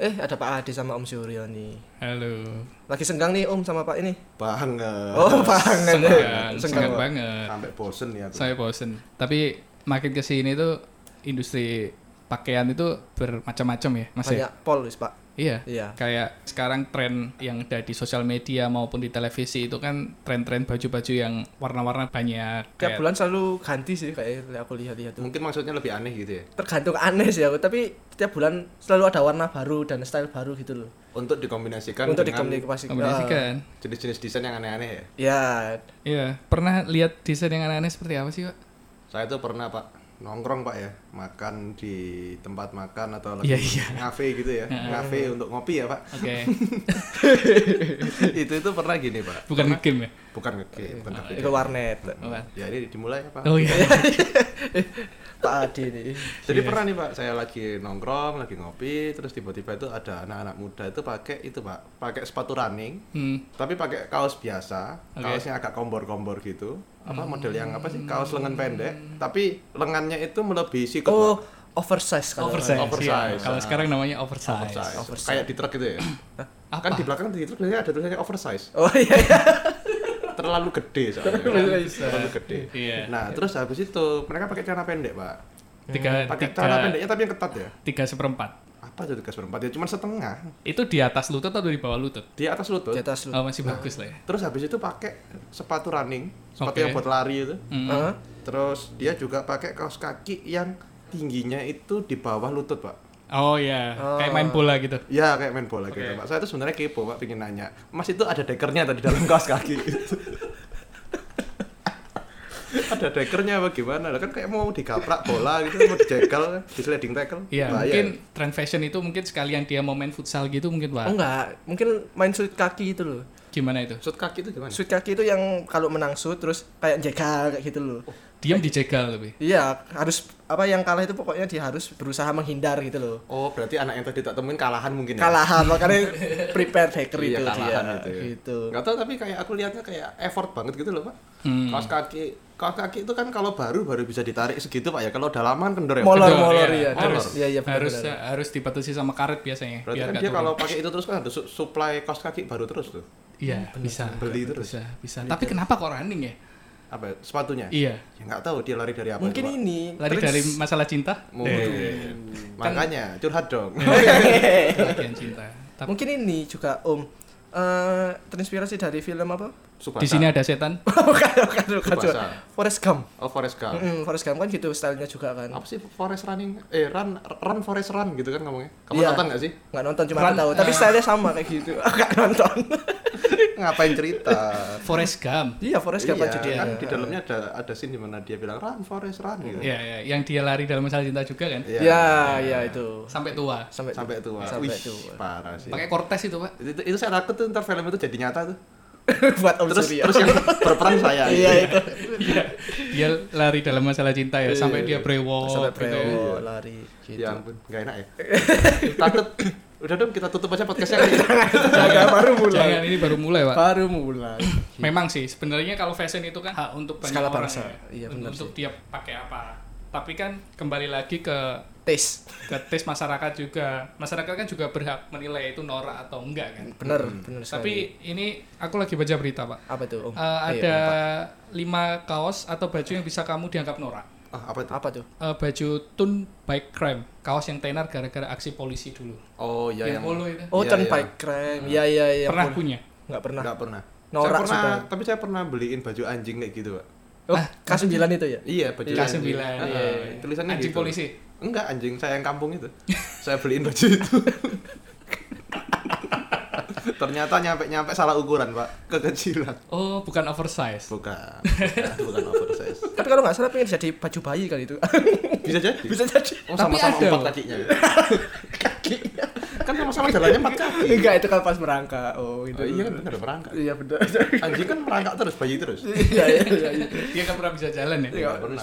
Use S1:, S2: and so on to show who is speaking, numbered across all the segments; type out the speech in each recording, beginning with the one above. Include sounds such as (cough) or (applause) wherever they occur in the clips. S1: Eh, ada Pak Ade sama Om Suryo nih.
S2: Halo.
S1: Lagi senggang nih Om sama Pak ini.
S3: Banget. (laughs)
S1: Oh, banget.
S2: Ah, Senggang,
S1: Senggang
S2: senggang
S1: Pak.
S2: banget.
S3: Sampai bosen ya. aku.
S2: Saya bosen. Tapi makin ke sini tuh industri pakaian itu bermacam-macam ya, Mas ya?
S1: Banyak pol wis, Pak.
S2: Iya.
S1: Iya.
S2: Kayak sekarang tren yang ada di sosial media maupun di televisi itu kan tren-tren baju-baju yang warna-warna
S1: Tiap
S2: banyak. Kayak-
S1: bulan selalu ganti sih kayak aku lihat-lihat tuh.
S3: Mungkin maksudnya lebih aneh gitu ya.
S1: Tergantung aneh sih aku, tapi tiap bulan selalu ada warna baru dan style baru gitu loh.
S3: Untuk dikombinasikan
S2: Kan
S1: Untuk
S3: dengan
S1: dikomunikasikan.
S2: kombinasikan.
S3: jenis-jenis desain yang aneh-aneh ya.
S1: Ya,
S2: kan? Iya. Pernah lihat desain yang aneh-aneh seperti apa sih, Pak?
S3: Saya tuh pernah pak nongkrong pak ya makan di tempat makan atau lagi
S2: Iya, iya.
S3: ngafe gitu ya ngafe untuk ngopi ya pak
S2: (laughs) Oke.
S3: itu itu pernah gini pak
S2: Bukan game ya?
S3: bukan ngeke bukan ngeke.
S1: itu warnet.
S2: Bukan.
S3: ya ini dimulai ya pak
S2: Oh iya.
S1: Pak Ade nih.
S3: Jadi pernah nih Pak, saya lagi nongkrong, lagi ngopi, terus tiba-tiba itu ada anak-anak muda itu pakai itu Pak, pakai sepatu running,
S2: Hmm.
S3: tapi pakai kaos biasa,
S2: Oke. Hmm.
S3: kaosnya agak kombor-kombor gitu. Apa model yang apa sih? Kaos lengan pendek, tapi lengannya itu melebihi sikut.
S1: Oh,
S3: Pak.
S1: oversize kalau.
S2: Oversize.
S3: Oversize.
S2: iya. Kalau sekarang namanya oversize.
S3: Oversize.
S1: Oversize.
S3: Kayak di truk gitu ya.
S2: Apa?
S3: Kan di belakang di truk biasanya ada tulisannya oversize.
S1: Oh iya. iya.
S3: Terlalu gede soalnya. Terlalu gede.
S2: Iya.
S3: Nah, terus habis itu mereka pakai celana pendek, Pak.
S2: Tiga, Eh,
S3: Pakai
S2: tiga,
S3: celana pendeknya tapi yang ketat ya.
S2: tiga seperempat.
S3: Apa tuh tiga seperempat? Ya cuma setengah.
S2: Itu di atas lutut atau di bawah lutut?
S3: Di atas lutut. Nah.
S1: Di atas lu.
S2: Oh, masih bagus lah ya.
S3: Terus habis itu pakai sepatu running, sepatu
S2: Oke.
S3: yang buat lari itu.
S2: Hmm.
S1: Hah?
S3: Terus dia juga pakai kaos kaki yang tingginya itu di bawah lutut, Pak.
S2: Oh iya, kayak main bola gitu.
S3: Ya kayak main bola gitu,
S2: Oke.
S3: Pak. Saya tuh sebenarnya kepo, Pak, pengen nanya. Mas itu ada dekernya tadi dalam kaos kaki (laughs) itu. ada dekernya apa gimana? Lah Kan kayak mau digaprak bola gitu, mau dijegal, kan, di sliding tackle.
S2: Iya,
S3: Bahaya.
S2: mungkin trend fashion itu mungkin sekalian dia mau main futsal gitu mungkin
S1: Oh
S2: Pak.
S1: enggak, mungkin main suit kaki itu loh.
S2: Gimana itu?
S3: Maksud kaki itu gimana?
S1: Suit kaki itu yang kalau menang suit terus kayak jegal kayak gitu loh.
S2: Diam dijegal lebih.
S1: Iya, harus apa yang kalah itu pokoknya dia harus berusaha menghindar gitu loh.
S3: Oh, berarti anak yang tadi tak temuin kalahan mungkin ya? (laughs)
S1: Kalahan makanya prepare hacker
S3: Iya,
S1: itu dia.
S3: kalahan itu ya.
S1: Gitu.
S3: Gak tau tapi kayak aku lihatnya kayak effort banget gitu loh pak.
S2: Hmm.
S3: Kaos kaki, kaos kaki itu kan kalau baru baru bisa ditarik segitu pak ya. Kalau udah lama kan kendor ya.
S1: Molor
S2: Betul,
S1: molor
S2: iya.
S1: ya. Terus
S3: Molor.
S1: iya iya benar,
S2: harus ya.
S1: benar.
S2: harus dibatasi sama karet biasanya.
S3: Berarti
S2: biar
S3: kan
S2: Iya, nggak
S3: dia
S2: turun.
S3: kalau pakai itu terus kan harus su- supply kaos kaki baru terus tuh.
S2: Iya, bisa.
S3: Hmm, Beli terus.
S2: Bisa, bisa. Tapi kenapa kok running ya?
S3: Apa ya, sepatunya?
S2: Iya.
S3: Ya nggak tahu dia lari dari apa.
S1: Mungkin
S3: itu, Pak.
S1: ini
S2: Lari
S1: trik-
S3: (laughs)
S2: dari masalah cinta? Eh,
S3: Mungkin.
S2: Iya,
S3: Makanya curhat dong.
S2: Bagian cinta. Tapi
S1: Mungkin ini juga Om eh terinspirasi dari film apa? (laughs)
S3: Subasa.
S2: di sini ada setan.
S1: bukan, bukan, bukan.
S3: Tsubasa.
S1: juga. Forrest Gump.
S3: Oh Forest Gump.
S1: Mm, Forrest Gump kan gitu stylenya juga kan.
S3: Apa sih Forest Running? Eh Run Run Forest Run gitu kan ngomongnya. Kamu
S1: Iya.
S3: nonton
S1: (laughs)
S3: nggak sih?
S1: Nggak nonton cuma aku tahu,
S2: Eh.
S1: tapi stylenya sama kayak gitu. (laughs) Nggak nonton.
S3: Ngapain cerita?
S2: Forest Gump.
S1: iya, Forrest Gump aja dia.
S3: kan di dalamnya ada ada scene dimana dia bilang run forest run gitu
S2: Iya, iya. yang dia lari dalam masalah cinta juga kan?
S3: Iya.
S1: Iya, iya itu.
S2: Sampai tua.
S1: Sampai
S3: sampai tua
S1: Sampai
S3: Wih,
S1: tua.
S3: parah sih
S2: Pakai kortes itu, Pak.
S3: itu, itu, itu saya takut tuh ntar film itu jadi nyata tuh
S1: (laughs) buat Om
S3: terus
S1: Suryo.
S3: terus yang berperan saya
S1: Oh, ya. Iya itu.
S2: Dia lari dalam masalah cinta ya, sampai dia brewok.
S1: Iya, Sampai
S2: gitu ya.
S1: brewok lari gitu.
S3: ya
S1: (laughs)
S3: ampun nggak enak ya (laughs) takut udah dong kita tutup aja podcastnya kali ini.
S1: Jangan baru mulai.
S2: Jangan ini baru mulai, Pak.
S1: Baru mulai.
S2: Memang sih, sebenarnya kalau fashion itu kan hak untuk banyak
S1: Skala
S2: orang
S1: bangsa.
S2: ya.
S1: Iya,
S2: Untuk-
S1: benar
S2: untuk dia pakai apa. Tapi kan kembali lagi ke
S1: Tes.
S2: ke tes masyarakat juga. Masyarakat kan juga berhak menilai itu norak atau enggak kan.
S1: Bener,
S3: Hmm.
S1: bener sekali. Oh,
S2: Tapi ini aku lagi baca berita, Pak.
S1: apa tuh, Om? Iya,
S2: Eh,
S1: Ayo,
S2: ada lima kaos atau baju yang bisa kamu dianggap norak.
S3: ah, apa itu
S1: apa tuh?
S2: Eh, baju tun bike crime, kaos yang tenar gara-gara aksi polisi dulu.
S3: oh ya
S2: yang
S3: yang
S2: polo itu.
S1: Oh,
S3: Iya,
S1: turn
S3: iya.
S1: bike crime. Iya, iya, iya.
S2: Pernah
S1: Pun-
S2: punya.
S1: Nggak pernah.
S3: nggak pernah
S1: Norak
S3: saya pernah
S1: sudah.
S3: tapi saya pernah beliin baju anjing kayak gitu pak
S1: Oh, K9 itu ya?
S3: iya baju
S2: Kelas
S3: anjing.
S2: sembilan,
S3: Ah,
S2: iya, iya.
S3: tulisannya
S2: Anjing
S3: gitu.
S2: polisi.
S3: enggak anjing saya yang kampung itu saya beliin baju itu (laughs) ternyata nyampe nyampe salah ukuran pak kekecilan
S2: Oh, bukan oversize.
S3: Bukan, bukan oversize.
S1: Tapi kalau nggak salah pengen jadi baju bayi kali itu.
S3: Bisa jadi.
S1: (laughs) Bisa jadi.
S3: Oh,
S2: Tapi
S3: sama-sama
S2: ada
S3: empat
S2: loh.
S3: (laughs) kakinya. Kan sama-sama jalannya empat kaki.
S1: Enggak, itu kan pas merangkak. Oh, gitu.
S3: iya. Oh, iya kan benar merangkak.
S1: Iya, bener.
S3: Anjing kan merangkak terus, bayi terus.
S1: (laughs) Iya, iya, iya, iya.
S2: Dia kan pernah bisa jalan ya.
S3: Nggak pernah.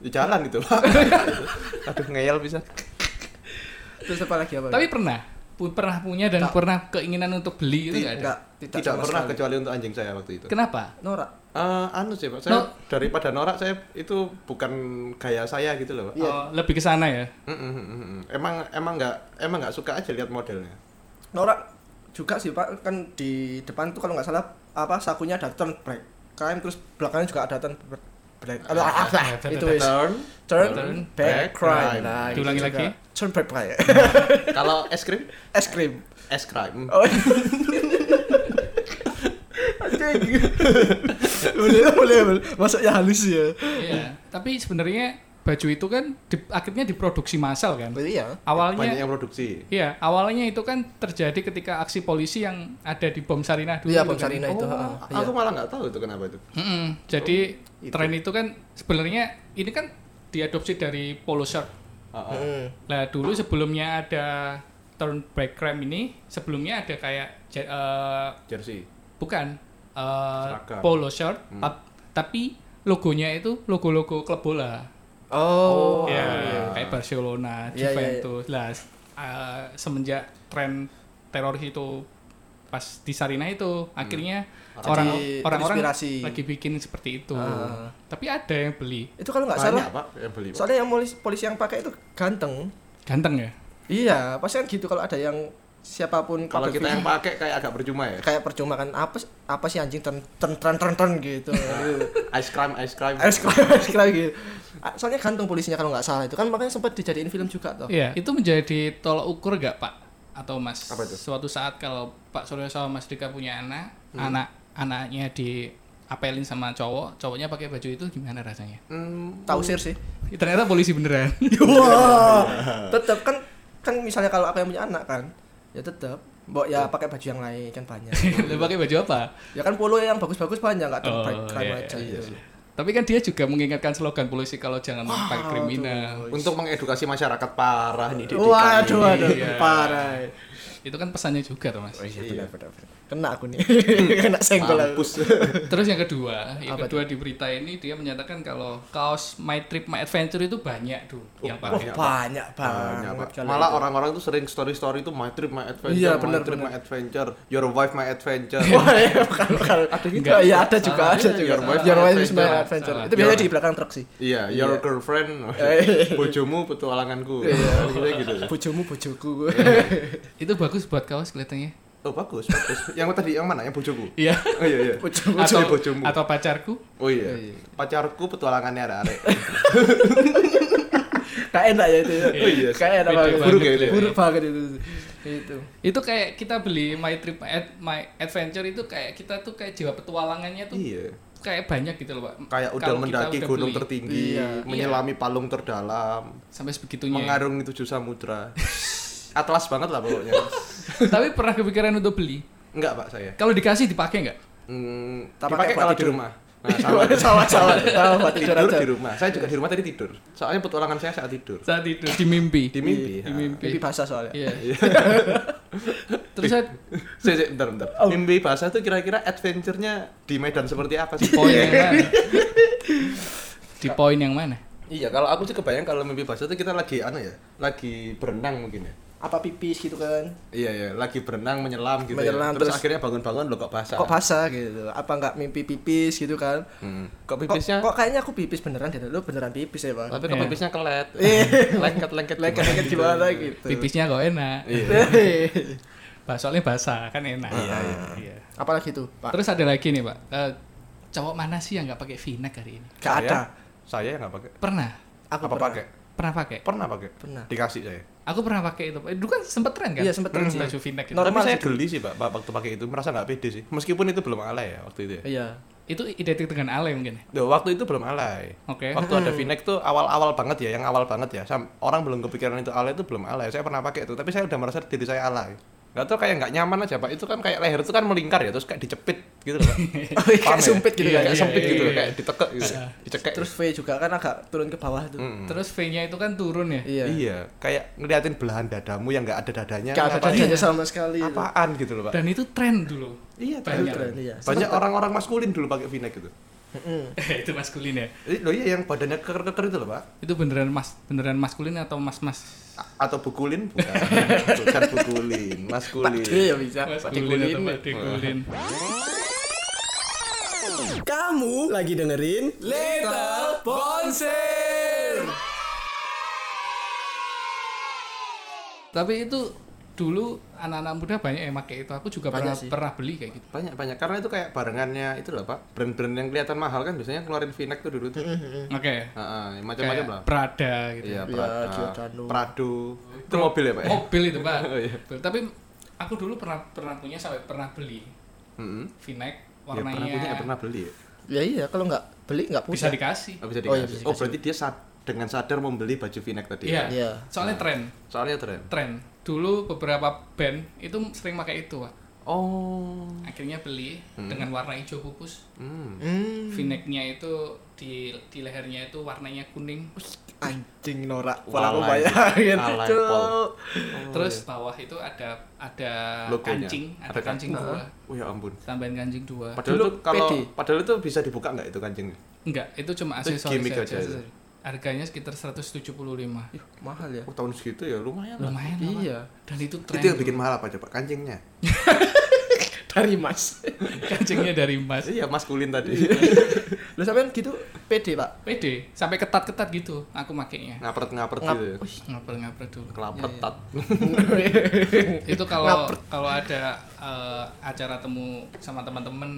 S3: Ya, jalan (laughs) itu. Pak. Aduh ngeyel bisa.
S1: Terus apa lagi apa?
S2: Tapi pernah, Pu- pernah punya dan pernah keinginan untuk beli itu nggak ada.
S1: enggak,
S3: Tidak
S1: sama
S3: pernah
S1: sekali.
S3: kecuali untuk anjing saya waktu itu.
S2: Kenapa?
S1: Norak.
S3: Eh, anu sih pak, saya
S2: No.
S3: daripada norak saya itu bukan gaya saya gitu loh pak.
S1: Iya.
S2: Oh, lebih ke sana ya.
S3: Mm, mm, mm, mm, mm. Emang emang nggak emang nggak suka aja lihat modelnya.
S1: norak juga sih pak kan di depan tuh kalau nggak salah apa sakunya ada turn break KM terus belakangnya juga ada turn break break Aduh, ah, ah, ah, itu wis
S3: Turn.
S1: turn,
S2: turn,
S1: back
S3: back,
S1: crime
S3: crime.
S1: nah, itu
S2: Diulangi
S1: juga.
S2: lagi.
S1: turn back (laughs) crime
S3: Kalau es krim,
S1: es krim
S3: es krim.
S1: oh Anjing. (laughs) boleh lah, boleh boleh masuknya halus ya
S2: Iya. Tapi sebenarnya baju itu kan di- akhirnya diproduksi massal kan.
S1: iya
S2: Awalnya
S3: Banyak yang produksi.
S2: Iya, awalnya itu kan terjadi ketika aksi polisi yang ada di bom Sarinah dulu.
S1: iya
S2: itu
S1: bom
S2: kan.
S1: Sarina itu
S3: Oh,
S1: ah, iya.
S3: aku malah nggak tahu itu kenapa itu.
S2: Mm-mm. Jadi
S3: Oh, itu.
S2: tren itu kan sebenarnya ini kan diadopsi dari polo shirt.
S3: Ah, ah.
S1: Mm.
S2: Lah dulu sebelumnya ada turn back crime ini, sebelumnya ada kayak ja- eh,
S3: Jersey.
S2: bukan eh,
S3: Seragam.
S2: polo shirt,
S3: Hmm.
S2: tap- tapi logonya itu logo-logo klub bola.
S1: oh
S2: Ya,
S3: iya.
S2: kayak Barcelona,
S1: Iya, iya,
S2: Juventus. Lah, eh, semenjak tren teroris itu pas di Sarina itu
S3: Hmm.
S2: akhirnya
S3: Jadi
S2: orang orang-orang
S1: terinspirasi.
S2: lagi bikin seperti itu.
S1: Ah.
S2: Tapi ada yang beli.
S1: itu kalau nggak salah
S3: Banyak pak yang beli. Pak.
S1: soalnya yang polisi, polisi yang pakai itu ganteng
S2: Ganteng ya?
S1: iya pasti kan gitu kalau ada yang siapapun
S3: Kalau
S1: kabel
S3: kita yang pakai kayak agak percuma ya.
S1: kayak percuma kan apa s- apa sih anjing tern tern tern tern, tern gitu
S3: Ice cream, ice cream.
S1: harus kira harus kira gitu Ah, soalnya gantung polisinya kalau nggak salah itu kan makanya sempat dijadiin film juga toh
S2: Iya, itu menjadi tolak ukur gak Pak? Atau Mas?
S3: Apa itu?
S2: Suatu saat kalau Pak Surya sama Mas Dika punya anak, anak anaknya diapelin sama cowok, cowoknya pakai baju itu gimana rasanya?
S3: Hmm,
S1: tausir sih
S2: Ternyata polisi beneran.
S1: wah tetap kan kan misalnya kalau aku yang punya anak kan ya tetap Mbok ya pakai baju yang lain kan banyak
S2: Lah pakai baju apa?
S1: ya kan polo yang bagus-bagus banyak nggak
S2: Oh,
S1: terbaik kan
S2: iya,
S1: aja
S3: iya,
S1: gitu.
S3: iya.
S2: Tapi kan dia juga mengingatkan slogan polisi kalau jangan pakai kriminal.
S3: untuk mengedukasi masyarakat parah nih. didikan
S1: waduh
S3: ini.
S1: waduh
S2: Iya.
S1: parah
S2: Itu kan pesannya juga tuh mas.
S1: oh, iya, benar, benar, benar. kena aku nih (laughs) kena senggol aku
S3: Mampus.
S2: Terus yang kedua, yang
S1: Apa
S2: kedua di berita ini dia menyatakan kalau kaos My Trip My Adventure itu banyak tuh yang
S1: Wah,
S2: pakai.
S1: Oh, banyak
S3: Banyak,
S1: banget
S3: Pak.
S1: kalau
S3: Malah
S1: itu.
S3: orang-orang tuh sering story-story itu my trip, my adventure,
S1: Iya,
S3: my
S1: benar,
S3: trip,
S1: benar.
S3: my adventure, your wife, my adventure.
S1: (laughs) Wah, ya, bukan, bukan. Ada
S2: gitu?
S1: Iya, ada juga,
S2: Salah,
S1: ada
S3: iya,
S1: juga.
S3: Your Wife
S1: Your
S3: is
S1: Wife is
S3: My
S1: My
S2: Adventure.
S1: Adventure.
S2: Salah.
S1: Itu biasanya
S3: Your-
S1: di belakang truk sih.
S3: Iya, your girlfriend, (laughs)
S1: Eh.
S3: bojomu petualanganku. (laughs)
S1: Iya.
S3: Maksudnya gitu.
S1: Bojomu bojoku. (laughs)
S2: Itu bagus buat kaos kelihatannya.
S3: Oh bagus, bagus. Yang tadi yang mana? Yang bojoku.
S2: Iya.
S3: Oh iya (laughs) iya.
S1: Bojomu.
S2: atau
S3: bojomu.
S2: atau pacarku.
S3: Oh iya.
S1: Iya.
S3: Pacarku petualangannya ada arek.
S1: Kayak enak ya itu. ya.
S3: Oh iya.
S1: Kayak enak
S2: Beda
S1: banget. Buruk,
S2: banget.
S3: Buruk ya itu. ya?
S1: buruk banget itu. Itu.
S2: Itu kayak kita beli My Trip My, Ad- My Adventure itu kayak kita tuh kayak jiwa petualangannya tuh
S3: Iya.
S2: kayak banyak gitu loh pak.
S3: Kayak udah
S2: Kalau kita
S3: mendaki
S2: udah
S3: gunung
S2: beli
S3: tertinggi,
S1: Iya.
S3: menyelami palung terdalam,
S2: sampai sebegitunya. ya.
S3: mengarungi tujuh samudra. Atlas banget lah pokoknya.
S2: (laughs) Tapi pernah kepikiran untuk beli?
S3: Enggak pak saya.
S2: Kalau dikasih dipakai nggak?
S3: Hmm,
S1: Tak pakai
S3: dipakai
S1: buat
S3: kalau di
S1: tidur.
S3: rumah.
S1: (laughs)
S3: Nah, sama.
S1: Sama sama. Sama buat tidur
S3: tidur
S1: aja.
S3: di rumah. Saya juga di rumah tadi tidur. Soalnya petualangan saya saat tidur.
S2: Saat itu di mimpi.
S3: Di mimpi.
S2: Di
S3: (laughs)
S2: mimpi.
S1: Pipi basah soalnya.
S2: Iya. (laughs) Terus saya
S3: Saya bentar bentar. Mimpi basah tuh kira-kira adventure-nya di medan seperti apa
S2: di
S3: sih?
S2: poin yang mana? Di poin yang mana?
S3: (laughs) Iya, kalau aku sih kebayang kalau mimpi basah tuh kita lagi anu ya, lagi berenang mungkin ya.
S1: Apa pipis gitu kan.
S3: Iya ya, lagi berenang menyelam gitu.
S1: Menyelam,
S3: ya. terus,
S1: terus-
S3: akhirnya bangun-bangun lo kok basah.
S1: Kok basah gitu. Apa nggak mimpi pipis gitu kan.
S3: Hmm. Kok
S1: Kok-
S3: pipisnya?
S1: Kok kayaknya aku pipis beneran deh. Lu beneran pipis ya, Bang.
S3: Tapi kok
S2: Iya.
S3: pipisnya kelet.
S2: (laughs)
S1: Iya.
S3: Lengket-lengket
S1: Lengket-lengket gimana gitu.
S2: Pipisnya kok enak.
S3: Iya. Ah,
S2: Bah, soalnya basah kan enak. Iya, iya.
S1: (laughs) Apalagi tuh, Pak?
S2: Terus ada lagi nih, Pak. Eh, cowok mana sih yang nggak pakai V-neck hari ini?
S1: Gak
S3: Saya-
S1: ada.
S3: Saya nggak pakai.
S2: Pernah.
S1: Aku
S3: Apa
S1: pernah.
S3: pakai?
S2: Pernah pakai.
S3: Pernah pakai.
S1: Pernah.
S3: Dikasih saya.
S2: Aku pernah pakai itu. Pak. Dulu kan sempet tren kan?
S1: Iya, sempet tren
S2: Hmm,
S1: sih.
S2: Baju V-neck itu.
S1: Normal
S3: Tapi saya
S1: sih.
S3: geli sih pak, pak waktu pakai itu merasa nggak pede sih. Meskipun itu belum alay ya waktu itu. Ya.
S1: Iya.
S2: Itu identik dengan alay mungkin. ya?
S3: Duh, waktu itu belum alay.
S2: Oke.
S3: Waktu
S1: Hmm.
S3: ada V-neck tuh awal-awal banget ya, yang awal banget ya. Sam- orang belum kepikiran itu alay itu belum alay. Saya pernah pakai itu, tapi saya udah merasa diri saya alay. Gak tau kayak nggak nyaman aja pak. Itu kan kayak leher itu kan melingkar ya, terus kayak dicepit gitu loh. Pak.
S1: (laughs) Oh, iya,
S3: Paham
S1: kayak
S3: ya?
S1: sumpit gitu
S3: Iya,
S1: kan.
S3: kayak
S2: Iya,
S3: sempit
S2: iya,
S3: gitu,
S2: iya.
S3: kayak ditekek gitu, dicekek.
S1: Terus V juga kan agak turun ke bawah tuh.
S3: Mm-mm.
S2: Terus V-nya itu kan turun ya?
S1: Iya.
S3: Iya, kayak ngeliatin belahan dadamu yang nggak ada dadanya.
S1: Gak ada
S3: ngapain-
S1: dadanya sama sekali. itu.
S3: Apaan gitu loh pak?
S2: Dan itu tren dulu. (laughs)
S3: Iya,
S2: Banyak.
S1: Keren, iya.
S3: banyak orang-orang maskulin dulu pakai V-neck gitu.
S1: Mm-mm.
S2: itu maskulin ya.
S3: Eh, Loh iya yang badannya keker-keker itu loh pak.
S2: Itu beneran mas beneran maskulin atau mas-mas
S3: A- atau bukulin bukan bukan
S1: Pak
S3: bukulin
S1: iya.
S3: maskulin
S1: D ya bisa.
S2: Mas
S1: Pak D
S2: Gulin atau
S1: Kulin.
S2: Pak Dekulin.
S1: Kau
S4: Kamu lagi dengerin
S5: Little Bonser.
S2: Tapi itu dulu anak-anak muda banyak yang pakai itu. Aku juga
S1: Banyak
S2: pernah,
S1: sih.
S2: pernah beli kayak gitu.
S3: banyak banyak karena itu kayak barengannya itu loh pak brand-brand yang kelihatan mahal kan biasanya keluarin v tuh dulu tuh
S2: Oke.
S3: Ah, ah,
S2: hmm,
S3: macam-macam
S2: Kayak
S3: lah
S2: Prada gitu.
S3: iya
S1: Iya, Giordano.
S3: Prado Prado itu mobil ya pak ya
S2: Mobil itu, Pak.
S3: (laughs) Oh, iya.
S2: Mobil. Tapi aku dulu pernah pernah punya sampai pernah beli
S3: Mm-mm.
S2: V-neck
S3: ya
S2: warnanya
S3: pernah Hmm. punya ya pernah beli ya
S1: Ya iya, kalau nggak beli nggak
S2: bisa
S1: punya.
S2: dikasih.
S3: Oh, bisa
S1: Oh, iya,
S3: dikasih.
S1: bisa
S3: Oh, berarti dia sad- dengan sadar membeli baju v-neck tadi.
S2: Iya.
S3: ya?
S1: Iya.
S2: Soalnya
S3: Nah.
S2: tren,
S3: Soalnya tren.
S2: tren. Dulu beberapa band itu sering pakai itu, Pak.
S3: Oh.
S2: Akhirnya beli dengan warna hijau kukus.
S3: Hmm.
S1: Hmm,
S2: V-necknya itu di di lehernya itu warnanya kuning.
S1: anjing norak.
S3: Walai.
S1: Kalau aku bayangin.
S3: Walai,
S1: Cuk.
S3: Pol.
S2: Terus bawah itu ada ada
S3: Oh, iya. Logonya.
S2: kancing, ada,
S3: Ada
S2: kancing
S3: kancing.
S2: dua,
S3: Oh ya ampun.
S2: tambahan kancing dua.
S3: Padahal
S1: Dulu
S3: itu kalau
S1: PD.
S3: padahal itu bisa dibuka nggak itu kancingnya?
S2: Enggak, itu cuma
S3: Itu
S2: aksesoris
S3: gimmick
S2: saja.
S3: aja itu.
S2: Harganya sekitar 175.
S1: Ih, mahal ya.
S3: Oh, tahun segitu ya lumayan. lah.
S2: Lumayan lah, Pak.
S1: Iya.
S2: Dan itu tren.
S3: Itu yang bikin mahal apa coba kancingnya?
S1: Dari Mas.
S2: (laughs) kancingnya dari emas.
S3: Iya, maskulin tadi.
S1: Lu sampean gitu PD, (laughs) Pak.
S2: PD sampai ketat-ketat gitu aku makainya.
S3: (laughs) Ngapret-ngapret
S1: Ngap-
S3: gitu. ya.
S2: iya. Ngaper-ngaper dulu.
S3: Kelapetat.
S2: itu kalau kalau ada eh, acara temu sama teman-teman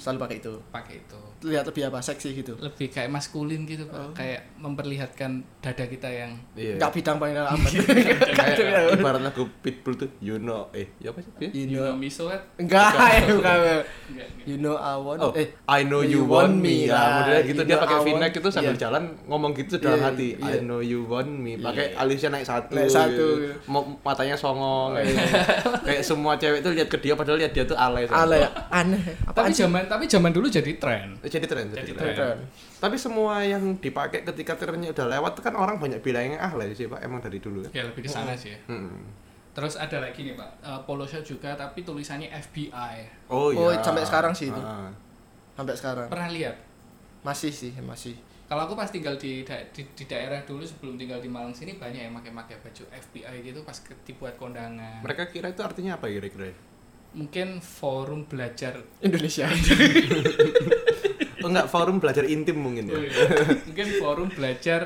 S1: Selalu pakai itu.
S2: pakai itu.
S1: Lihat lebih apa seksi gitu.
S2: Lebih kayak maskulin gitu, Pak. Kayak memperlihatkan dada kita yang
S3: Iya.
S1: Enggak bidang paling
S3: (laughs)
S1: dalam amat.
S3: Kayak ibarat lagu Pitbull tuh, you know, eh, ya apa sih? Ya?
S1: You
S2: you know
S1: know.
S2: me so what?
S1: Enggak, ya, bukan.
S2: Enggak, enggak.
S1: You know I want.
S3: Oh,
S1: Eh,
S3: I know you, want me. Lah, modelnya gitu dia pakai v-neck itu sambil
S1: jalan.
S3: jalan ngomong gitu dalam
S1: Iya,
S3: hati.
S1: iya.
S3: I know you want me. Pakai
S1: Iya.
S3: alisnya naik satu.
S1: Naik satu,
S3: gitu.
S1: iya.
S3: Mau matanya songong.
S1: (laughs)
S3: kayak- gitu. kayak semua cewek tuh lihat ke dia padahal lihat dia tuh alay. sama.
S1: Ala ya, aneh. Apa
S2: Iya. Tapi Iya. zaman tapi zaman dulu jadi tren.
S3: Eh, Jadi tren, jadi,
S2: Jadi
S3: tren.
S1: tren.
S3: Tapi semua yang dipakai ketika trennya udah lewat tuh kan orang banyak bilangnya alay sih pak. Emang dari dulu kan.
S2: Ya lebih ke sana sih. ya.
S3: Hmm.
S2: Terus ada lagi nih Pak, Eh, polo shirt juga tapi tulisannya FBI.
S3: Oh iya.
S1: Oh, sampai sekarang sih itu.
S3: Ah.
S1: sampai sekarang?
S2: Pernah lihat?
S1: Masih sih, masih.
S2: Kalau aku pas tinggal di, da- di di daerah dulu sebelum tinggal di Malang sini banyak yang pakai-pakai baju FBI gitu pas ke- dibuat kondangan.
S3: Mereka kira itu artinya apa kira-kira?
S2: Mungkin forum belajar.
S1: Indonesia.
S3: Oh,
S1: (laughs)
S3: enggak forum belajar intim mungkin ya.
S2: Oh, iya.
S3: (laughs)
S2: Mungkin forum belajar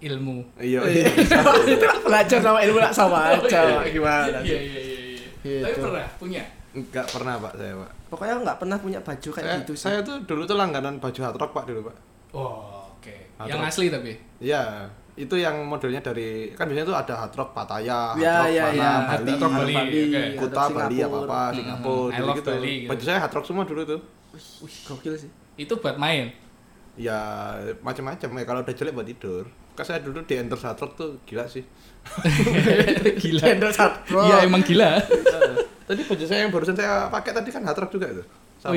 S2: ilmu.
S3: Iya.
S1: itu lah belajar sama ilmu lah sama aja gimana
S2: Oh, Iya
S1: sih.
S2: iya iya. iya.
S1: Gitu.
S2: Tapi pernah punya.
S3: Enggak pernah pak saya pak.
S1: Pokoknya aku nggak pernah punya baju kayak
S3: saya,
S1: gitu sih.
S3: saya tuh dulu tuh langganan baju hard rock pak dulu pak
S2: Oh, oke.
S3: Ah,
S2: Yang
S3: terus.
S2: asli tapi.
S3: iya itu yang modelnya dari kan biasanya tuh ada hard rock Pattaya, hard
S1: Ya,
S3: rock
S1: ya,
S3: mana
S1: ya.
S3: Bali,
S2: Hard rock Bali,
S1: hard
S2: oke.
S1: rock
S3: Kuta Bali apa
S1: Singapura. Hmm.
S3: apa Singapura
S2: I
S3: gitu,
S2: love
S3: gitu.
S2: Bali, gitu.
S3: baju saya hard rock semua dulu tuh
S1: Wih, gokil sih.
S2: Itu buat main.
S3: ya macam-macam ya kalau udah jelek buat tidur kan saya dulu di enter hard rock tuh gila sih
S2: gila.
S1: Endorse hard rock.
S2: Iya emang
S1: (laughs)
S2: gila.
S3: tadi baju saya yang barusan saya pakai tadi kan hard rock juga itu sama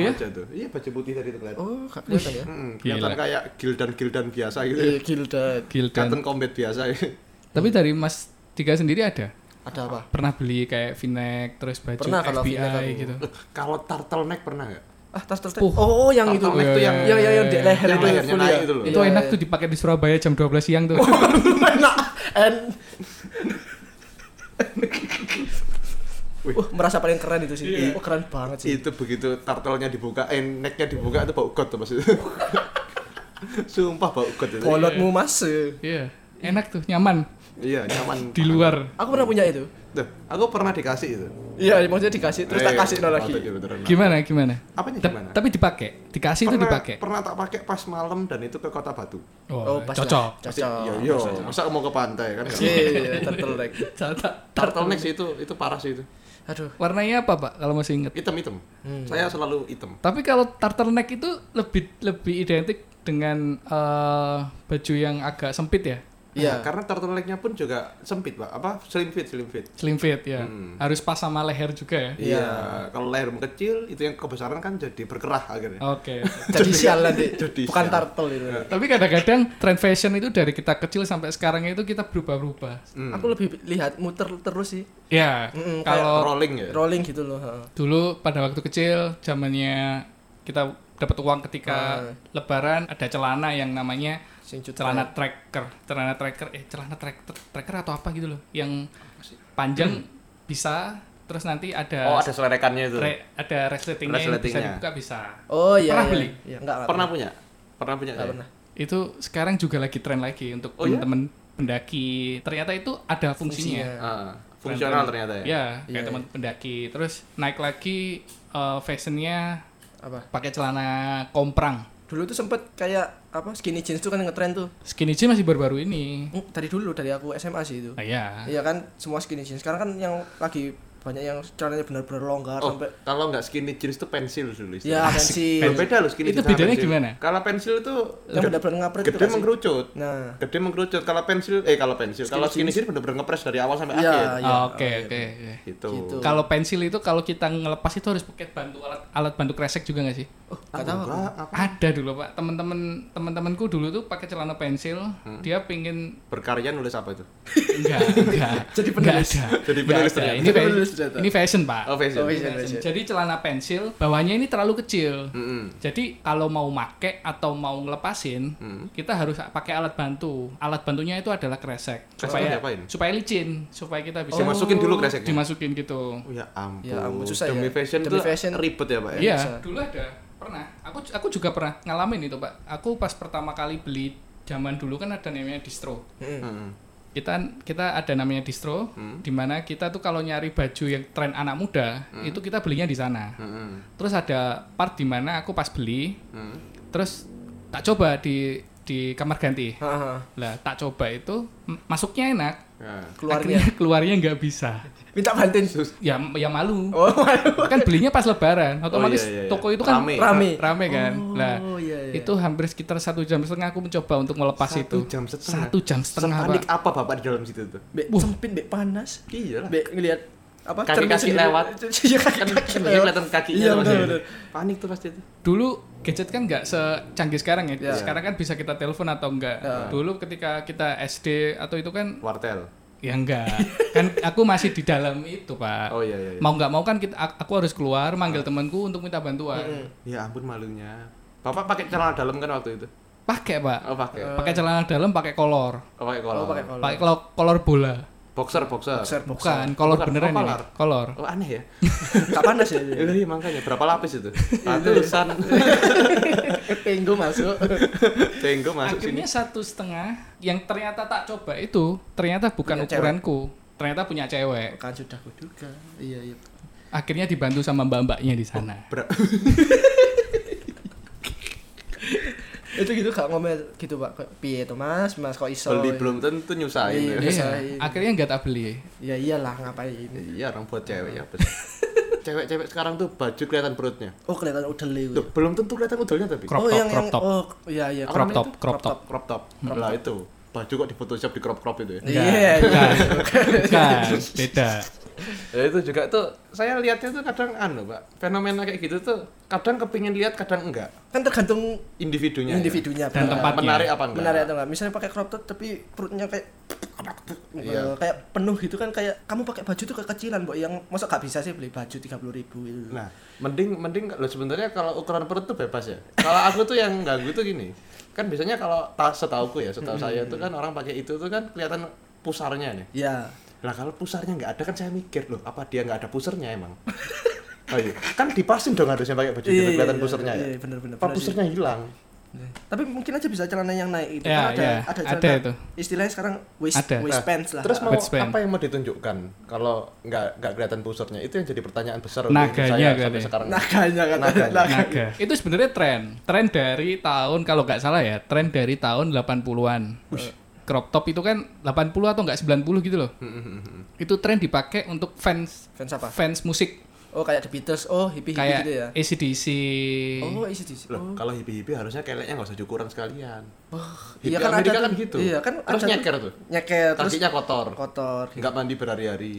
S2: Oh, iya?
S3: aja tuh iya baju putih tadi tuh kelihatan
S1: Oh, nggak kelihatan ya.
S3: Mm, kelihatan
S2: Gila.
S3: kayak gildan-gildan biasa gitu
S1: Iya, Gildan.
S3: Captain
S2: Gildan.
S3: Combat biasa gitu.
S2: Tapi dari Mas Tiga sendiri ada?
S1: Ada apa?
S2: Pernah beli kayak V-neck terus baju
S1: Pernah kalau V-neck
S2: FBI
S1: aku. Iya.
S2: gitu.
S3: Loh, kalau turtleneck pernah nggak?
S1: Ah, tas tas. tas.
S2: Puh. Iya,
S1: Oh, oh, yang itu.
S3: Turtleneck tuh yang-
S1: yang yang yang di leher
S3: Yang
S1: itu
S3: lehernya
S1: full
S3: naik
S1: ya.
S3: itu loh.
S2: Itu
S1: Iya,
S2: enak
S1: iya.
S2: tuh dipakai di Surabaya jam 12 siang tuh.
S1: Oh. (laughs) enak. And
S3: Wih.
S1: Wah, merasa paling keren itu sih. Oh, keren banget sih.
S3: Iya. itu begitu turtle-nya dibuka, eh neck-nya dibuka itu bau got tuh maksudnya. (laughs) Sumpah bau got itu.
S1: Bolotmu, Mas. eh.
S2: Iya. Enak tuh, nyaman
S3: Iya, nyaman.
S2: di luar.
S1: Aku pernah punya itu.
S3: Tuh, aku pernah dikasih itu.
S1: Iya, maksudnya dikasih terus tak
S3: Eh,
S1: kasih no
S3: waktu
S1: lagi.
S3: itu beneran.
S2: Gimana gimana?
S3: Apanya
S2: Ta-
S3: gimana?
S2: Tapi dipakai, dikasih itu
S3: Pernah-
S2: dipakai.
S3: Pernah tak pakai pas malam dan itu ke Kota Batu.
S2: Oh,
S1: pas lah.
S2: cocok.
S1: Cocok.
S3: Yo yo, masa mau ke pantai kan?
S1: Iya, iya, turtleneck.
S2: (laughs) Cocok.
S3: turtleneck sih itu, itu parah sih itu.
S1: Aduh. Hmm.
S2: Warnanya apa, Pak? Kalau masih ingat.
S3: Hitam-hitam. Saya selalu hitam.
S2: Tapi kalau turtleneck itu lebih lebih identik dengan eh, baju yang agak sempit ya.
S1: Iya.
S3: Nah, karena turtleneck-nya pun juga sempit, Pak. Apa? Slim fit, slim fit.
S2: Slim fit ya.
S3: Hmm.
S2: Harus pas sama leher juga ya.
S1: Iya.
S3: Iya, kalau lehermu kecil itu yang kebesaran kan jadi berkerah akhirnya.
S1: Oh.
S2: Oke.
S1: jadi sial nanti
S3: Jadi
S1: bukan
S3: sial.
S1: turtle itu
S3: Iya.
S2: Tapi kadang-kadang tren fashion itu dari kita kecil sampai sekarang itu kita berubah-ubah.
S3: Hmm.
S1: aku lebih lihat muter terus sih
S2: Ya,
S1: Mm-mm, Hmm, kayak
S2: kalau
S3: rolling ya.
S1: rolling gitu loh ha.
S2: dulu pada waktu kecil zamannya kita dapat
S1: Ah.
S2: uang ketika lebaran ada celana yang namanya
S1: sing cut
S2: celana
S3: Iya.
S2: tracker, celana tracker eh celana tracker tracker atau apa gitu loh yang panjang bisa terus nanti ada
S3: Hmm. Oh, ada selerekannya itu.
S2: re- ada resletingnya yang bisa
S3: Resletingnya.
S2: dibuka bisa
S1: Oh iya.
S2: Pernah
S1: iya.
S2: beli?
S1: Iya, enggak, enggak
S3: Pernah punya? iya. Pernah punya?
S1: Enggak
S3: saya?
S1: pernah.
S2: itu sekarang juga lagi tren lagi untuk
S3: Oh, iya?
S2: teman-teman pendaki ternyata itu ada fungsinya,
S3: Ah, fungsional ternyata ya.
S2: ya
S1: Iya,
S2: kayak
S1: iya.
S2: teman pendaki terus naik lagi eh, fashionnya
S1: Apa?
S2: pakai celana komprang
S1: Dulu tuh sempet kayak apa skinny jeans tuh kan ngetren tuh.
S2: skinny jeans masih baru-baru ini
S1: Hmm, Dari dulu dari aku SMA sih
S3: Oh.
S1: itu.
S2: nah,
S3: Ah.
S2: ya
S1: Iya kan semua skinny jeans. Sekarang kan yang lagi banyak yang caranya benar-benar longgar
S3: Oh,
S1: sampai
S3: kalau nggak skinny jeans itu pensil dulu
S1: ya
S3: istilahnya.
S1: pensil.
S3: Loh, beda loh skinny
S2: Itu
S3: jeans sama
S2: bedanya
S3: pensil.
S2: gimana?
S3: Kalau pensil itu
S1: Yang
S3: gede-
S1: benar-benar ngapret itu
S3: gede
S1: nggak sih?
S3: mengkerucut.
S1: Nah,
S3: Gede mengkerucut kalau pensil eh kalau pensil kalau skinny jeans benar-benar ngepres dari awal sampai
S1: Iya,
S3: akhir.
S1: iya.
S2: Ah, oke
S1: Oh, iya,
S2: oke oke.
S3: Gitu.
S1: Gitu.
S2: kalau pensil itu kalau kita ngelepas itu harus pakai bantu alat alat bantu kresek juga nggak sih
S1: oh, enggak tahu. aku.
S3: Enggak, apa?
S2: ada dulu pak teman-teman teman-temanku dulu tuh pakai celana pensil
S3: Hmm.
S2: dia pingin
S3: Berkarya nulis apa itu?
S2: enggak enggak
S1: Jadi
S2: enggak
S1: penulis.
S2: ada
S3: (laughs) Jadi
S2: Enggak
S3: penulis
S2: ada.
S3: ternyata.
S2: ini,
S1: Jadi
S2: fa-
S1: penulis ternyata.
S2: ini fashion pak
S3: Oh, fashion.
S1: Oh, iya.
S2: Fashion.
S1: fashion.
S2: jadi celana pensil bawahnya ini terlalu kecil
S3: Mm-mm.
S2: jadi kalau mau make atau mau ngelepasin
S3: Hmm.
S2: kita harus pakai alat bantu alat bantunya itu adalah kresek
S3: Kresek
S2: supaya
S3: diapain? Oh.
S2: supaya licin supaya kita bisa
S3: Dimasukin dulu kreseknya?
S2: dimasukin gitu
S3: Oh, ya ampun.
S1: Ya ampun, susah ya.
S3: Demi fashion
S1: Demi
S3: tuh
S1: fashion.
S3: ribet ya, Pak ya.
S2: Iya,
S1: bisa.
S2: dulu ada pernah. Aku aku juga pernah ngalamin itu pak. Aku pas pertama kali beli zaman dulu kan ada namanya distro.
S1: Mm-mm.
S3: Mm-mm.
S2: Kita kita ada namanya distro, di mana kita tuh kalau nyari baju yang tren anak muda itu kita belinya di sana.
S3: Mm-mm.
S2: Terus ada part di mana aku pas beli,
S3: Mm.
S2: terus tak coba di di kamar ganti.
S1: Ha, ha.
S2: Lah tak coba itu m- masuknya enak,
S3: Ya.
S1: Keluarnya
S2: akhirnya (laughs) keluarnya nggak bisa.
S1: minta bantuin.
S2: Ya ya malu.
S1: Oh,
S2: Kan belinya pas lebaran, otomatis
S3: iya, iya.
S2: toko itu kan
S3: Rame.
S1: Rame.
S2: rame kan.
S3: Nah,
S2: Lah
S1: Oh iya iya.
S2: itu hampir sekitar satu jam setengah aku mencoba untuk melepas itu
S3: Satu jam setengah.
S2: satu jam setengah
S3: Sepanik
S2: pak
S3: apa Bapak di dalam situ tuh? Iya
S1: Bek
S2: Wah.
S1: sempit, bek panas.
S3: Iyalah.
S1: Bek ngelihat apa?
S3: Kaki-kaki
S1: cermin sendiri.
S3: lewat.
S1: (laughs) Iya,
S3: Kan
S1: kaki-kaki
S3: sendiri
S1: lewat.
S3: kelihatan kakinya kan?
S1: Iya,
S3: tuh
S1: betul,
S3: masih.
S1: betul.
S3: Panik tuh pasti itu.
S2: dulu gadget kan nggak secanggih sekarang ya
S1: Iya.
S2: sekarang kan bisa kita telepon atau enggak
S3: Iya.
S2: dulu ketika kita SD atau itu kan
S3: Wartel.
S2: ya enggak
S3: (laughs)
S2: kan aku masih di dalam itu pak
S3: Oh iya iya. iya.
S2: mau nggak mau kan kita ak- aku harus keluar manggil temanku untuk minta bantuan
S3: Ya ampun malunya. Bapak pakai celana dalam kan waktu itu?
S2: pakai pak
S3: Oh pakai.
S2: pakai celana dalam pakai kolor
S3: Oh pakai
S1: Eh,
S3: kolor.
S1: Oh, pakai kolor.
S2: pakai kolor, kolor bola
S3: Boxer boxer.
S1: Boxer, boxer. (laughs)
S2: bukan kolor
S3: Bukan,
S2: beneran
S3: oh,
S2: ini
S3: kolor.
S2: kolor
S3: Oh aneh ya.
S1: Gak panas ya. Iya.
S3: Eh, iya makanya berapa lapis
S1: (laughs)
S3: itu? Ratusan.
S1: Penggo
S3: (laughs)
S1: masuk.
S3: Tenggo masuk
S2: akhirnya
S3: sini.
S2: satu setengah yang ternyata tak coba itu ternyata bukan
S1: Punya cewek.
S2: ukuranku ternyata punya cewek
S1: Kan sudah kuduga. Iya iya.
S2: akhirnya dibantu sama mbak-mbaknya di sana
S1: (laughs)
S3: Ber-
S1: Itu gitu gak ngomel gitu Pak. Kayak, Piye to Mas? Mas kok iso?
S3: Beli belum
S1: Iya.
S3: tentu nyusahin. ya.
S2: iya
S1: Biasain.
S2: akhirnya nggak tak beli
S1: Ya iyalah ngapain.
S3: Iya orang buat cewek ya. bos.
S1: (laughs)
S3: Cewek-cewek sekarang tuh baju kelihatan perutnya.
S1: Oh kelihatan udel itu.
S3: Tuh, belum tentu kelihatan udelnya tapi.
S1: oh,
S2: Crop top,
S1: yang,
S2: crop
S1: yang-
S2: top.
S1: Oh, iya iya.
S2: crop
S1: (laughs) namanya
S2: top
S1: itu?
S2: crop top Hmm.
S3: crop top. Lah itu. Baju kok di Photoshop di crop crop itu ya.
S1: Iya. iya.
S2: Bukan, bukan,
S1: (laughs)
S2: beda
S3: (laughs) Ya itu juga tuh saya lihatnya tuh kadang anu pak fenomena kayak gitu tuh kadang kepingin lihat kadang enggak
S1: Kan tergantung
S3: individunya. ya? Nah,
S1: individunya
S2: Dan
S1: Pak.
S2: tempat. Tempatnya.
S3: Menarik apa enggak?
S1: Menarik atau enggak? Misalnya pakai crop top tapi perutnya kayak gitu.
S3: Iya.
S1: kayak penuh gitu kan kayak kamu pakai baju tuh kekecilan, Mbok. Yang masa gak bisa sih beli baju 30.000 gitu.
S3: Nah, mending mending lo sebenarnya kalau ukuran perut tuh bebas ya. Kalau aku tuh yang ganggu tuh gini. Kan biasanya kalau tas setauku ya, setahu saya tuh kan orang pakai itu tuh kan kelihatan pusarnya nih.
S1: Ya.
S3: Lah kalau pusarnya nggak ada kan saya mikir loh, apa dia nggak ada pusarnya emang? (laughs) Oh iya, kan dipasin dong harusnya pakai baju gitu
S1: Iya,
S3: kelihatan
S1: iya,
S3: pusarnya ya.
S1: iya, bener, bener,
S3: Apa
S1: bener sih. Iya.
S3: pusarnya hilang?
S1: Tapi mungkin aja bisa celana yang naik itu kan
S2: Ya,
S1: ada
S2: ya.
S1: ada
S2: Ada
S1: celana.
S2: itu.
S1: Istilahnya sekarang waist
S2: Ada.
S1: waist
S3: Nah,
S1: pants lah.
S3: Terus mau
S2: Waist band.
S3: apa yang mau ditunjukkan kalau nggak nggak kelihatan pusernya? Itu yang jadi pertanyaan besar
S2: Naganya
S3: saya
S2: kali.
S3: sampai sekarang.
S1: naganya kan
S3: Naganya.
S2: Naga. itu sebenarnya tren tren dari tahun kalau nggak salah ya tren dari tahun 80-an crop top itu kan 80 atau nggak 90 gitu loh itu tren dipakai untuk fans
S1: Fans apa?
S2: fans musik
S1: Oh kayak The Beatles, oh hippie hippie
S2: kayak
S1: gitu ya.
S2: ACDC
S1: Oh isi isi.
S3: (laughs) Loh, kalau hippie-hippie harusnya kayaknya nggak usah cukuran sekalian.
S1: Iya
S3: hippie
S1: kan ada
S3: Amerika
S1: tuh-
S3: kan gitu.
S1: Iya kan
S3: Terus
S1: ada
S3: nyeker tuh.
S1: Nyeker terus
S3: Kakinya Iya, kotor.
S1: kotor.
S3: Nggak mandi berhari-hari.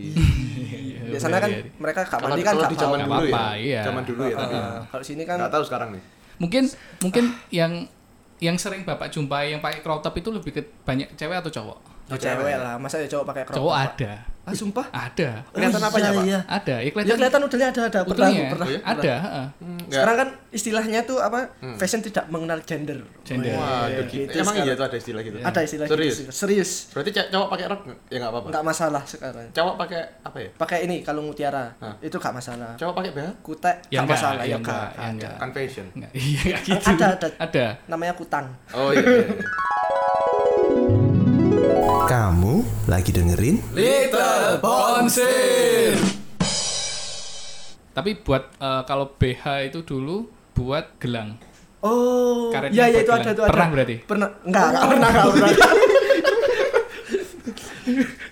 S1: Biasanya kan mereka gak
S3: Kalau
S1: mandi kan
S3: kalau
S1: gak
S3: di zaman
S1: bau.
S2: Nggak
S3: dulu ya.
S2: apa-apa, iya.
S3: Zaman dulu ya tapi.
S1: Nah, Kalau sini kan
S3: Nggak tahu sekarang nih.
S2: mungkin mungkin yang yang sering bapak jumpai yang pakai crop top itu lebih ke banyak cewek atau cowok
S1: Ya cewek lah, masa ya cowok pakai crop
S2: Cowok
S1: top, Pak?
S2: ada.
S1: Ah, sumpah.
S2: Ada.
S3: Kelihatan
S1: Oh,
S3: apanya,
S1: iya,
S3: Pak?
S1: iya.
S2: Ada. Ya
S1: Ya
S2: kelihatan.
S1: kelihatan udelnya ada ada pernah
S2: utuhnya.
S1: pernah.
S2: Ada, heeh.
S1: Sekarang kan istilahnya tuh apa? Fashion tidak mengenal gender. Iya,
S2: Gender.
S3: Waduh, gitu.
S1: gitu
S3: Emang
S1: sekarang.
S3: iya tuh ada istilah gitu.
S1: Ada istilah gitu,
S3: Serius.
S1: istilah. Serius.
S3: Berarti ce- cowok pakai rok nggak? ya nggak apa-apa.
S1: Enggak masalah sekarang.
S3: Cowok pakai apa ya?
S1: Pakai ini kalung mutiara.
S3: Hah.
S1: Itu enggak masalah.
S3: Cowok pakai BH?
S1: Kutek enggak
S2: Ya enggak,
S1: masalah
S2: ya
S1: ya
S2: enggak, ya
S1: enggak.
S2: enggak. (laughs)
S1: ada.
S3: Kan fashion.
S2: Nggak, Iya nggak gitu.
S1: Ada, ada.
S2: Ada.
S1: Namanya kutang.
S3: Oh iya. iya, iya.
S4: Kamu lagi dengerin
S5: Little Bonsir
S2: Tapi buat eh, kalau BH itu dulu buat gelang.
S1: Oh. Iya,
S2: Karetnya
S1: iya itu
S2: buat
S1: ada
S2: gelang.
S1: itu ada.
S2: Pernah berarti?
S1: Pernah. Enggak, enggak pernah, enggak pernah. (laughs)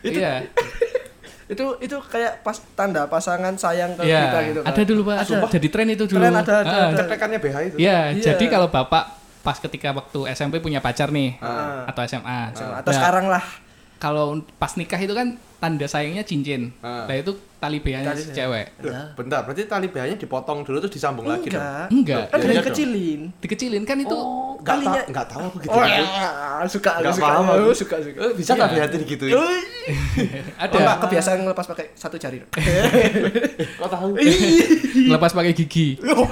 S2: Iya.
S1: itu itu kayak pas tanda pasangan sayang ke kita
S2: Iya.
S1: gitu kan.
S2: Ada dulu Pak.
S1: Sumpah.
S2: Jadi tren itu dulu.
S1: Tren ada, ada,
S2: Ah,
S1: ada.
S3: Cetekannya BH itu.
S2: Iya,
S1: Iya.
S2: jadi kalau bapak pas ketika waktu SMP punya pacar nih
S1: Ah.
S2: atau SMA.
S1: atau
S2: Nah,
S1: sekarang lah
S2: kalau pas nikah itu kan tanda sayangnya cincin.
S3: Ah.
S2: Nah, itu tali BH-nya
S1: Tali BH.
S2: si cewek.
S3: Loh, Bentar, berarti tali BH-nya dipotong dulu terus disambung lagi dong.
S1: enggak
S2: Enggak.
S1: kan
S3: Iya,
S1: dari
S3: iya dong.
S1: kecilin
S2: Dikecilin kan itu
S3: Enggak ta-
S1: Kalinya-
S3: enggak tahu aku gitu.
S1: oh
S2: kan?
S3: Enggak
S1: ya, suka aku, suka
S3: paham
S1: aku,
S3: aku.
S1: suka suka
S3: Eh, bisa enggak BH itu gitu?
S1: Ui.
S2: Iya. ada Eh.
S1: Oh, enggak, kebiasaan ngelepas pakai satu jari
S2: (laughs)
S3: Kok tahu?
S2: lepas pakai gigi.
S3: Lu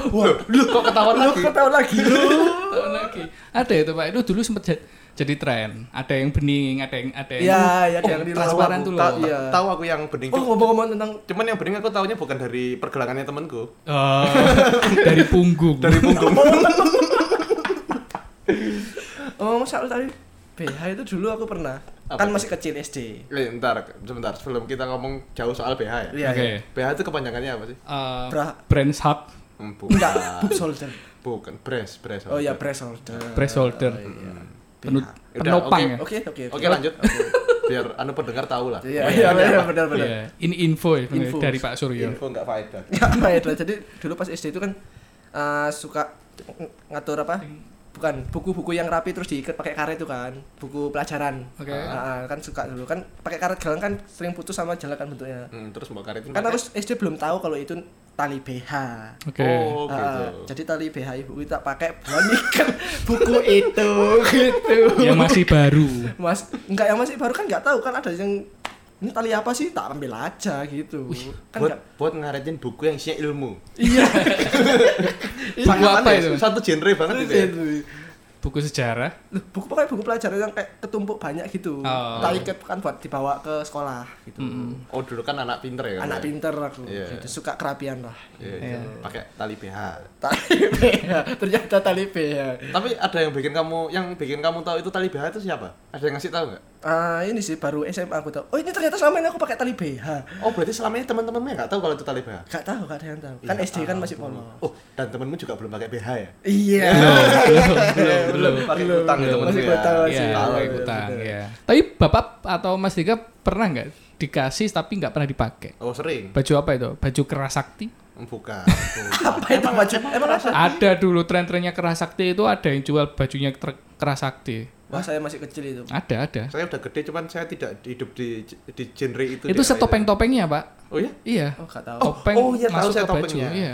S3: kok ketahuan
S1: lu
S3: lagi?
S1: ketahuan
S2: (laughs)
S1: lagi lu
S2: Tahun lagi. Ada itu Pak. Itu dulu sempat ja- jadi tren. Ada yang bening, ada yang ada yang
S1: ya ya
S2: Oh,
S1: jangan dilawan.
S2: transparan tuh loh.
S1: Ta- iya.
S3: Tahu aku yang bening.
S1: oh ngomong-ngomong tentang
S3: Cuman yang bening aku tahunya bukan dari pergelangannya temanku.
S2: Eh, (laughs) dari punggung.
S3: Dari punggung.
S1: (laughs) ngomong soal oh, tadi BH itu dulu aku pernah
S3: Apa
S1: kan
S3: tuh?
S1: masih kecil SD
S3: Eh, bentar, sebentar sebelum kita ngomong jauh soal BH ya.
S1: iya
S2: Oke.
S1: iya.
S3: BH itu kepanjangannya apa sih?
S2: Eh,
S1: Bra-
S2: brand hub,
S3: Hmm,
S1: enggak
S3: Bukan.
S1: boob soldier
S3: Bukan, breast, breast.
S1: oh ya breast soldier
S2: breast shoulder. Penu-
S3: Udah,
S2: penopang
S3: oke.
S2: ya.
S1: iya. oke oke
S3: Hmm. Oke, lanjut. Biar anu pendengar tahu lah.
S1: iya iya iya, benar benar
S2: Iya, ini info, ya,
S1: Info.
S2: dari Pak Suryo.
S3: Info enggak faedah.
S1: Nggak main lah. Jadi dulu pas SD itu kan eh, suka ng- ngatur apa? Bukan buku-buku yang rapi terus diikat pakai karet itu kan, buku pelajaran.
S2: Oke.
S1: Ah, ah, kan suka dulu kan pakai karet galang kan sering putus sama jelek kan bentuknya.
S3: Hmm, terus Mbak Karin
S1: Kan aku SD belum tahu kalau itu tali BH.
S2: Oke.
S3: Oh,
S1: Ah,
S3: gitu.
S1: jadi tali BH ibu kita pakai buat ikat (laughs) buku itu gitu.
S2: Yang masih baru.
S1: Mas, enggak yang masih baru kan nggak tahu kan ada yang ini tali apa sih tak ambil aja gitu. kan
S3: buat
S1: nggak-
S3: buat ngaretin buku yang isinya ilmu. (laughs)
S1: Iya.
S2: Buku apa
S3: Aneh,
S2: itu?
S3: Satu genre banget itu. Ya?
S2: Buku
S3: (laughs)
S2: sejarah.
S1: Loh, buku pakai buku pelajaran yang kayak ketumpuk banyak gitu.
S2: Oh.
S1: Tak ikat kan buat dibawa ke sekolah gitu.
S3: Oh, dulu kan anak pinter ya.
S1: Anak
S3: kamu ya?
S1: pinter aku,
S3: Iya.
S1: gitu. suka kerapian lah.
S3: Iya, iya. Pakai tali BH.
S1: Tali B ya, (laughs) ternyata tali B ya.
S3: Tapi ada yang bikin kamu yang bikin kamu tahu itu tali BH itu siapa? Ada yang ngasih tahu nggak?
S1: Ah, ini sih baru SMA aku tahu. Oh, ini ternyata selama ini aku pakai tali BH.
S3: Oh, berarti selama ini teman-temanmu nggak tahu kalau itu tali BH.
S1: Gak tahu, gak ada yang tahu. Kan
S3: Iya,
S1: SD kan masih polos.
S3: Oh, dan temanmu juga belum pakai BH ya?
S1: Iya.
S2: belum, belum, belum.
S3: Iya, pakai utang itu temanmu
S1: Masih
S3: ya.
S1: buat tahu
S2: Iya,
S1: sih. gitu.
S3: Tahu
S2: pakai
S3: itu.
S2: utang, iya. Tapi Bapak atau Mas Dika pernah nggak dikasih tapi nggak pernah dipakai?
S3: Oh, sering. Hmm,
S2: Baju apa itu? Baju kerasakti?
S3: (laughs) Bukan.
S1: Apa itu baju? Emang apa?
S2: Ada dulu tren-trennya kerasakti itu ada yang jual bajunya ter- kerasakti.
S1: Wah, saya masih kecil itu.
S2: Ada, ada.
S3: saya udah gede cuman saya tidak hidup di di genre itu.
S2: Itu
S3: deh.
S2: setopeng-topengnya, Pak.
S3: Oh ya?
S2: Iya.
S1: Oh, gak tahu.
S2: Topeng
S3: oh iya, tahu
S2: masuk
S3: saya
S2: ke baju,
S3: topengnya.
S2: iya.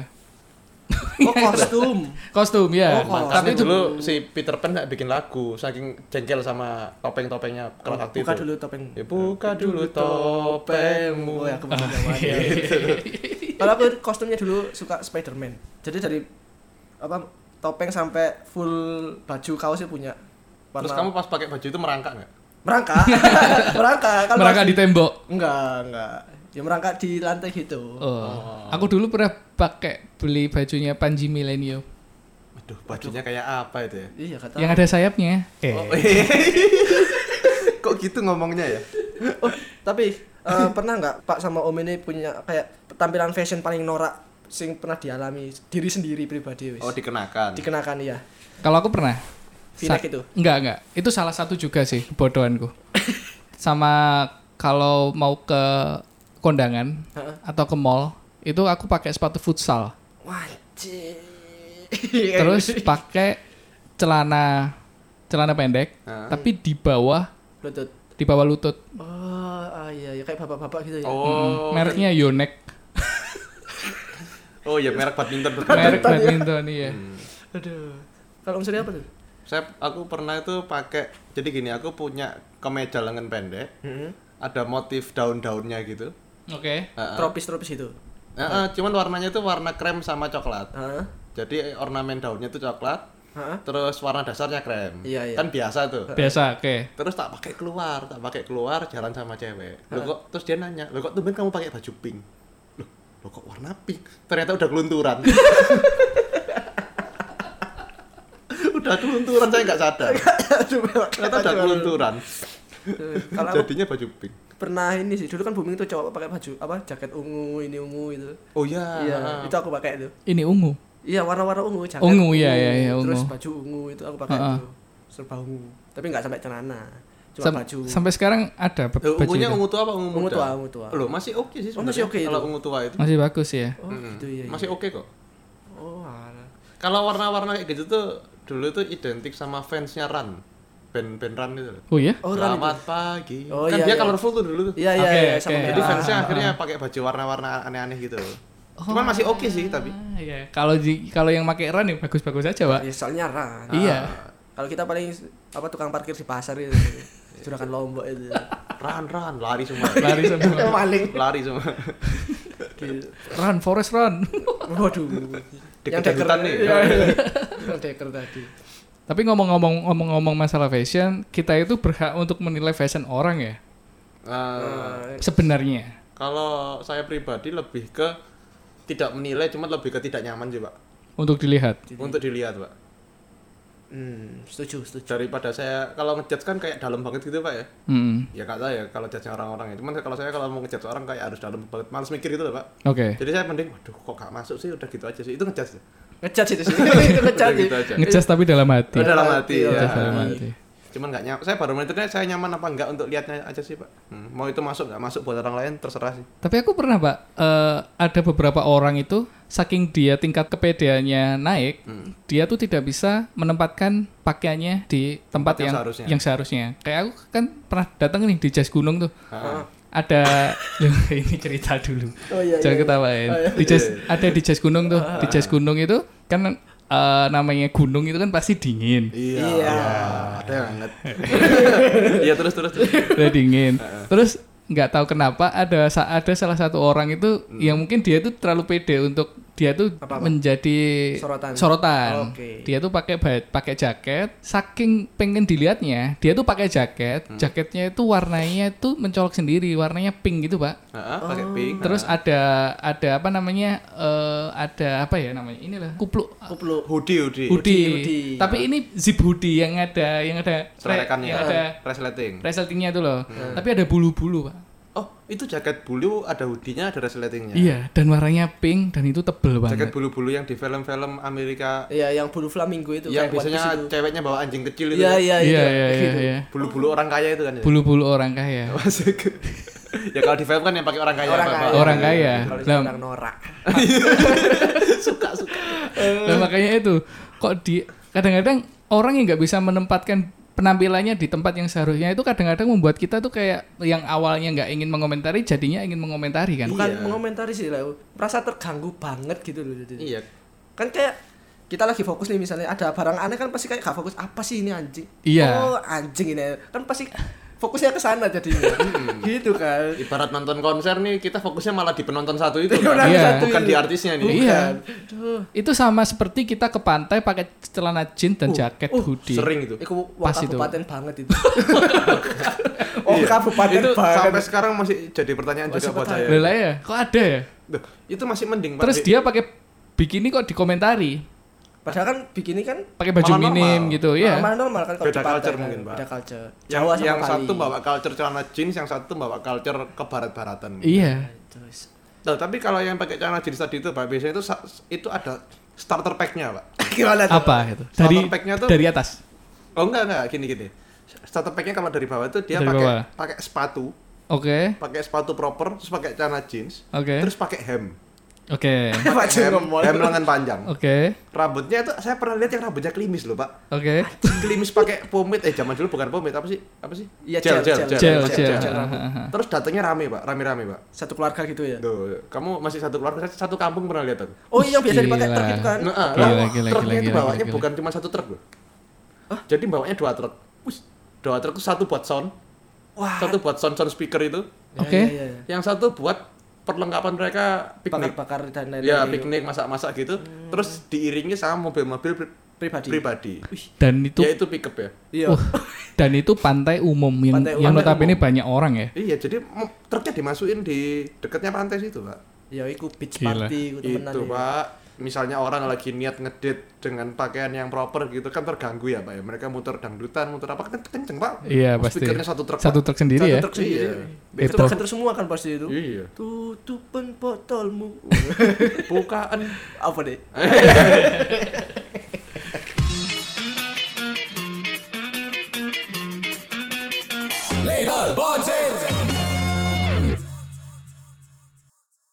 S1: Oh, kostum.
S2: Kostum,
S1: Oh,
S2: ya.
S3: Tapi
S2: tapi itu
S3: dulu si Peter Pan nggak bikin lagu saking jengkel sama topeng-topengnya kalau aktif.
S1: Buka dulu topeng.
S3: Ya, buka dulu topengmu. Ah, iya,
S1: Oh ya, kebetulan jawabannya. Kalau aku kostumnya dulu suka Spiderman. Jadi dari apa topeng sampai full baju kaosnya punya.
S3: Terus kamu pas pakai baju itu merangkak nggak? (laughs)
S1: merangkak. merangkak kan
S2: merangkak
S1: pasti-
S2: di tembok.
S1: Enggak, enggak. Ya merangkak di lantai gitu.
S2: Oh. Aku dulu pernah pakai beli bajunya Panji Milenio.
S3: Aduh, bajunya kayak apa itu ya?
S1: Iya kata.
S2: Yang ada sayapnya. Eh.
S3: Oh, (laughs)
S1: iya.
S3: Kok gitu ngomongnya ya?
S1: Oh, tapi eh, pernah nggak Pak sama Om ini punya kayak tampilan fashion paling norak sing pernah dialami diri sendiri pribadi wis.
S3: Oh, dikenakan.
S1: dikenakan ya.
S2: Kalau aku pernah.
S1: V-neck
S2: Sa-
S1: itu?
S2: Enggak, enggak. Itu salah satu juga sih
S3: (laughs)
S2: kebodohanku. Sama kalau mau ke kondangan atau ke mall, itu aku pakai sepatu futsal.
S1: Wajib.
S3: Iya,
S2: Terus pakai celana celana pendek,
S3: Ah.
S2: tapi di bawah
S1: lutut.
S2: di bawah lutut.
S1: Oh, ah, iya, ya kayak bapak-bapak gitu ya.
S3: Oh,
S2: Mereknya Yonex.
S3: (laughs) oh ya merek badminton.
S2: Merek badminton iya.
S3: Hmm.
S1: Aduh. Kalau Om Surya apa tuh?
S3: Saya aku pernah itu pakai jadi gini aku punya kemeja lengan pendek. Ada motif daun-daunnya gitu.
S2: Oke.
S3: Heeh.
S1: Tropis-tropis gitu? itu.
S3: Heeh, cuman warnanya itu warna krem sama coklat.
S1: Heeh.
S3: Jadi ornamen daunnya itu coklat,
S1: Heeh.
S3: terus warna dasarnya krem.
S1: Iya, iya.
S3: Kan biasa tuh.
S2: Biasa, oke.
S3: Terus tak pakai keluar, tak pakai keluar jalan sama cewek. Loh kok terus dia nanya, "Loh kok tumben kamu pakai baju pink?" Loh, loh kok warna pink? Ternyata udah
S1: (laughs)
S3: kelunturan. udah kelunturan saya nggak sadar.
S1: Aduh, memang
S3: Ternyata udah
S1: kacau.
S3: kelunturan.
S1: Tuh, Kalau aku
S3: Jadinya baju pink.
S1: pernah ini sih dulu kan booming tuh cowok pakai baju apa jaket ungu ini ungu itu.
S3: Oh iya.
S1: Iya, itu aku pakai itu.
S2: Ini ungu.
S1: Iya, warna-warna ungu jaket.
S2: Ungu, iya, iya, iya,
S1: Terus
S2: ungu.
S1: baju ungu itu aku pakai
S2: Heeh.
S1: itu. Serba ungu. Tapi nggak sampai celana. Cuma
S2: Sam-
S1: baju.
S2: Sampai sekarang ada be-
S3: Eh,
S2: baju
S3: ungunya
S2: itu.
S3: ungu tua apa ungu muda?
S1: Ungu tua, ungu tua.
S3: Loh, masih oke sih
S1: Oh, masih
S3: sebenarnya.
S1: oke itu.
S3: Kalau ungu tua itu.
S2: Masih bagus ya.
S1: Oh, gitu ya. iya.
S3: Hmm. Masih oke kok.
S1: Oh, alah.
S3: Kalau warna-warna kayak gitu tuh dulu tuh identik sama fansnya Run. Band-band Run itu loh.
S2: Oh ya?
S1: Oh, Run itu.
S3: Selamat pagi.
S1: Oh,
S3: kan
S1: iya,
S3: dia
S1: iya.
S3: colorful tuh dulu tuh.
S1: Iya, iya,
S2: Oke,
S1: iya,
S2: oke.
S1: sama
S3: Jadi
S1: kayak-
S3: fansnya akhirnya pakai baju warna-warna aneh-aneh gitu.
S1: Oh.
S3: Cuman masih oke sih
S2: Ah,
S3: tapi.
S2: Oh. iya. Kalau di- kalau yang pakai run ya bagus-bagus aja, Pak.
S1: Ya, soalnya Ran.
S2: Iya.
S1: Kalau kita paling apa tukang parkir di pasar itu. Juragan Lombok itu.
S3: Run run lari semua.
S2: (laughs) Lari
S1: (laughs)
S2: semua.
S1: Paling.
S3: lari semua.
S2: Run forest run. (laughs)
S1: Waduh.
S3: Dikejar hutan nih.
S1: Iya, iya. Yang deker tadi.
S2: Tapi ngomong-ngomong ngomong-ngomong masalah fashion, kita itu berhak untuk menilai fashion orang ya.
S3: Eh,
S1: Eh,
S2: Sebenarnya.
S3: kalau saya pribadi lebih ke tidak menilai cuman lebih ke tidak nyaman sih, Pak.
S2: Untuk dilihat.
S3: Untuk dilihat, Pak.
S1: Hmm, setuju, setuju.
S3: Daripada saya kalau ngejudge kan kayak dalam banget gitu, Pak ya.
S2: Hmm.
S3: Ya kata ya kalau judge orang-orang ya. Cuman kalau saya kalau mau ngejudge orang kayak harus dalam banget, males mikir gitu loh, Pak.
S2: Oke.
S3: Jadi saya mending waduh kok gak masuk sih udah gitu aja sih. Itu ngejudge.
S1: Ngecat itu sih. Itu (laughs) ngecat
S3: Udah
S1: sih.
S3: gitu aja.
S2: Ngecas tapi dalam hati.
S3: Dalam hati ya.
S2: Ngecas dalam hati.
S3: cuman nggak nyaman saya baru monitornya saya nyaman apa nggak untuk lihatnya aja sih pak Hmm, mau itu masuk nggak masuk buat orang lain terserah sih
S2: Tapi aku pernah pak, eh, ada beberapa orang itu saking dia tingkat kepedeannya naik,
S3: Mm.
S2: dia tuh tidak bisa menempatkan pakaiannya di tempat,
S3: Tempat yang
S2: yang
S3: seharusnya.
S2: yang seharusnya. Kayak aku kan pernah datang nih di jas gunung tuh,
S3: Ah.
S1: (laughs)
S2: ada Loh, ini cerita dulu,
S1: Oh iya.
S2: jangan
S1: iya.
S2: ketawain.
S1: Oh, iya.
S2: Di jas- ada di jas gunung tuh, di jas gunung itu kan eh, namanya gunung itu kan pasti dingin.
S3: iya
S1: Iya.
S3: ada yang banget (laughs) iya terus terus terus.
S2: udah dingin.
S1: (laughs)
S2: Terus nggak tahu kenapa ada sa- ada salah satu orang itu
S1: Hmm.
S2: yang mungkin dia tuh terlalu pede untuk dia tuh
S1: Apa-apa?
S2: menjadi
S1: Sorotan. Oke.
S2: Dia tuh pakai ba- pakai jaket, saking pengen dilihatnya, dia tuh pakai jaket,
S1: Hmm.
S2: jaketnya itu warnanya itu mencolok sendiri, warnanya pink gitu, Pak.
S3: Ah, pakai pink
S2: Terus ada ada apa namanya? eh, ada apa ya namanya? Inilah kupluk
S1: Kuplu.
S3: hoodie hoodie ya.
S2: hoodie.
S1: hoodie.
S2: Tapi ini zip hoodie yang ada yang ada
S3: selekannya
S2: yang Iya, ada
S3: resleting
S2: resletingnya itu loh. Tapi ada bulu-bulu, Pak.
S3: oh itu jaket bulu ada hoodie-nya ada resletingnya
S2: Iya, dan warnanya pink dan itu tebel
S3: Ya. jaket
S2: banget.
S3: bulu-bulu yang di film-film Amerika
S1: Iya, yang bulu flamingo itu kayak One
S3: yang
S1: Piece
S3: biasanya gitu ya?
S1: itu.
S3: ceweknya bawa anjing kecil itu
S1: Iya,
S3: kan?
S1: iya,
S2: Iya,
S1: iya.
S2: iya, iya, iya.
S3: bulu-bulu orang kaya itu kan ya?
S2: Bulu-bulu orang kaya.
S3: (laughs) Masuk. ya kalau di film kan yang pakai orang kaya
S1: Orang
S3: Pak,
S1: kaya.
S3: Pak.
S2: Orang kaya.
S1: Kalau
S2: Nah,
S1: orang norak.
S2: nah, makanya itu kok di kadang-kadang orang yang nggak bisa menempatkan penampilannya di tempat yang seharusnya itu kadang-kadang membuat kita tuh kayak yang awalnya nggak ingin mengomentari jadinya ingin mengomentari kan.
S3: Iya.
S1: Bukan mengomentari sih lah. Merasa terganggu banget gitu loh. Jadi.
S3: iya
S1: Kan kayak kita lagi fokus nih misalnya ada barang aneh kan pasti kayak gak fokus apa sih ini anjing.
S2: Iya.
S1: Oh, anjing ini. Kan pasti fokusnya ke sana jadinya.
S3: (laughs) Hmm.
S1: gitu kan.
S3: ibarat nonton konser nih kita fokusnya malah di penonton satu itu
S1: Iya,
S3: kan?
S2: Iya.
S3: bukan di artisnya nih
S2: Iya. Itu sama seperti kita ke pantai pakai celana jeans dan jaket hoodie.
S3: Oh, sering itu
S1: Iku wah
S2: Pas itu.
S1: kabupaten banget itu. oh, kabupaten
S3: Iya. itu
S1: banget.
S3: sampai sekarang masih jadi
S2: Oh,
S3: pertanyaan
S1: Masih
S3: juga buat saya
S1: pertanyaan.
S2: Lelah ya, kok ada ya?
S3: Duh, itu masih mending Pak.
S2: Terus
S3: Di-
S2: dia pakai bikini kok dikomentari,
S1: Padahal kan bikini kan
S2: pakai baju
S3: Malah normal.
S2: minim gitu, ya.
S1: normal normal kan kalau
S3: Beda
S1: di pantai
S3: culture
S1: kan.
S3: mungkin, Pak.
S1: Beda culture.
S3: yang,
S1: Jawa sama
S3: yang
S1: Bali.
S3: satu bawa culture celana jeans yang satu bawa culture ke barat-baratan
S2: Iya.
S1: Terus (laughs)
S3: Tuh, tapi kalau yang pakai celana jeans tadi itu Pak biasanya itu sa- itu ada starter pack-nya Pak
S2: (laughs)
S1: gimana tuh?
S2: apa itu
S3: Starter
S2: dari
S3: pack-nya tuh-
S2: dari atas
S3: oh enggak enggak gini gini starter pack-nya kalau dari bawah itu dia
S2: Dari
S3: pakai
S2: bawah.
S3: pakai sepatu
S2: oke
S3: pakai sepatu proper terus pakai celana jeans
S2: oke
S3: terus pakai hem
S2: oke
S1: Baju
S3: hem,
S1: ngomong.
S3: hem lengan panjang
S2: oke
S3: rambutnya itu saya pernah lihat yang rambutnya klimis loh Pak
S2: oke
S3: klimis pakai pomade eh zaman dulu bukan pomade apa sih apa sih
S1: Iya,
S3: Gel,
S1: gel,
S3: gel,
S1: gel,
S2: gel
S1: Cel,
S2: gel
S1: cel,
S2: Ah, ah, ah.
S3: terus datangnya rame pak rame rame pak
S1: Satu keluarga gitu ya.
S3: Tuh, kamu masih satu keluarga saya satu kampung pernah lihat aku
S1: Oh, iya yang biasa dipakai
S2: Gila.
S1: truk itu kan.
S3: Nah, ah,
S2: Gila,
S3: lah,
S2: gila,
S3: truknya
S2: gila,
S3: itu
S2: gila,
S3: bawanya
S2: gila.
S3: bukan cuma satu truk loh Jadi bawanya dua truk. Wis, dua truk itu satu buat sound,
S2: Ah.
S1: Wah.
S3: satu buat sound sound speaker itu,
S1: Ya,
S2: Oke.
S1: ya, ya, ya.
S3: yang satu buat perlengkapan mereka piknik.
S1: Bakar-bakar dan lain-lain. iya.
S3: Ya, piknik masak-masak gitu. Terus diiringi sama mobil-mobil pri-
S1: pribadi.
S3: pribadi.
S2: Dan itu
S3: Yaitu pickup ya.
S1: Iya.
S2: Wah, dan itu pantai umum yang
S1: Pantai
S2: yang
S1: umum.
S2: notabene banyak orang ya.
S3: Iya, jadi mo- truknya dimasukin di dekatnya pantai situ, Pak.
S1: Ya iku beach
S2: Gila.
S1: party iku temenan.
S3: Itu, iya.
S1: ya.
S3: Pak. Misalnya orang lagi niat ngedit dengan pakaian yang proper gitu kan terganggu ya, Pak ya. Mereka muter dangdutan, muter apa kan kenceng, Pak.
S2: Iya, pasti.
S3: Speakernya satu truk.
S2: Satu
S3: Pak.
S2: truk sendiri
S3: Satu
S2: ya?
S3: truk sendiri.
S1: Iya.
S2: Eh,
S1: Itu
S2: Prof.
S1: center semua kan pasti itu.
S3: Iya.
S1: Tutupan
S3: (laughs)
S1: botolmu.
S3: Bukaan.
S1: Apa deh?
S5: Label Bonse!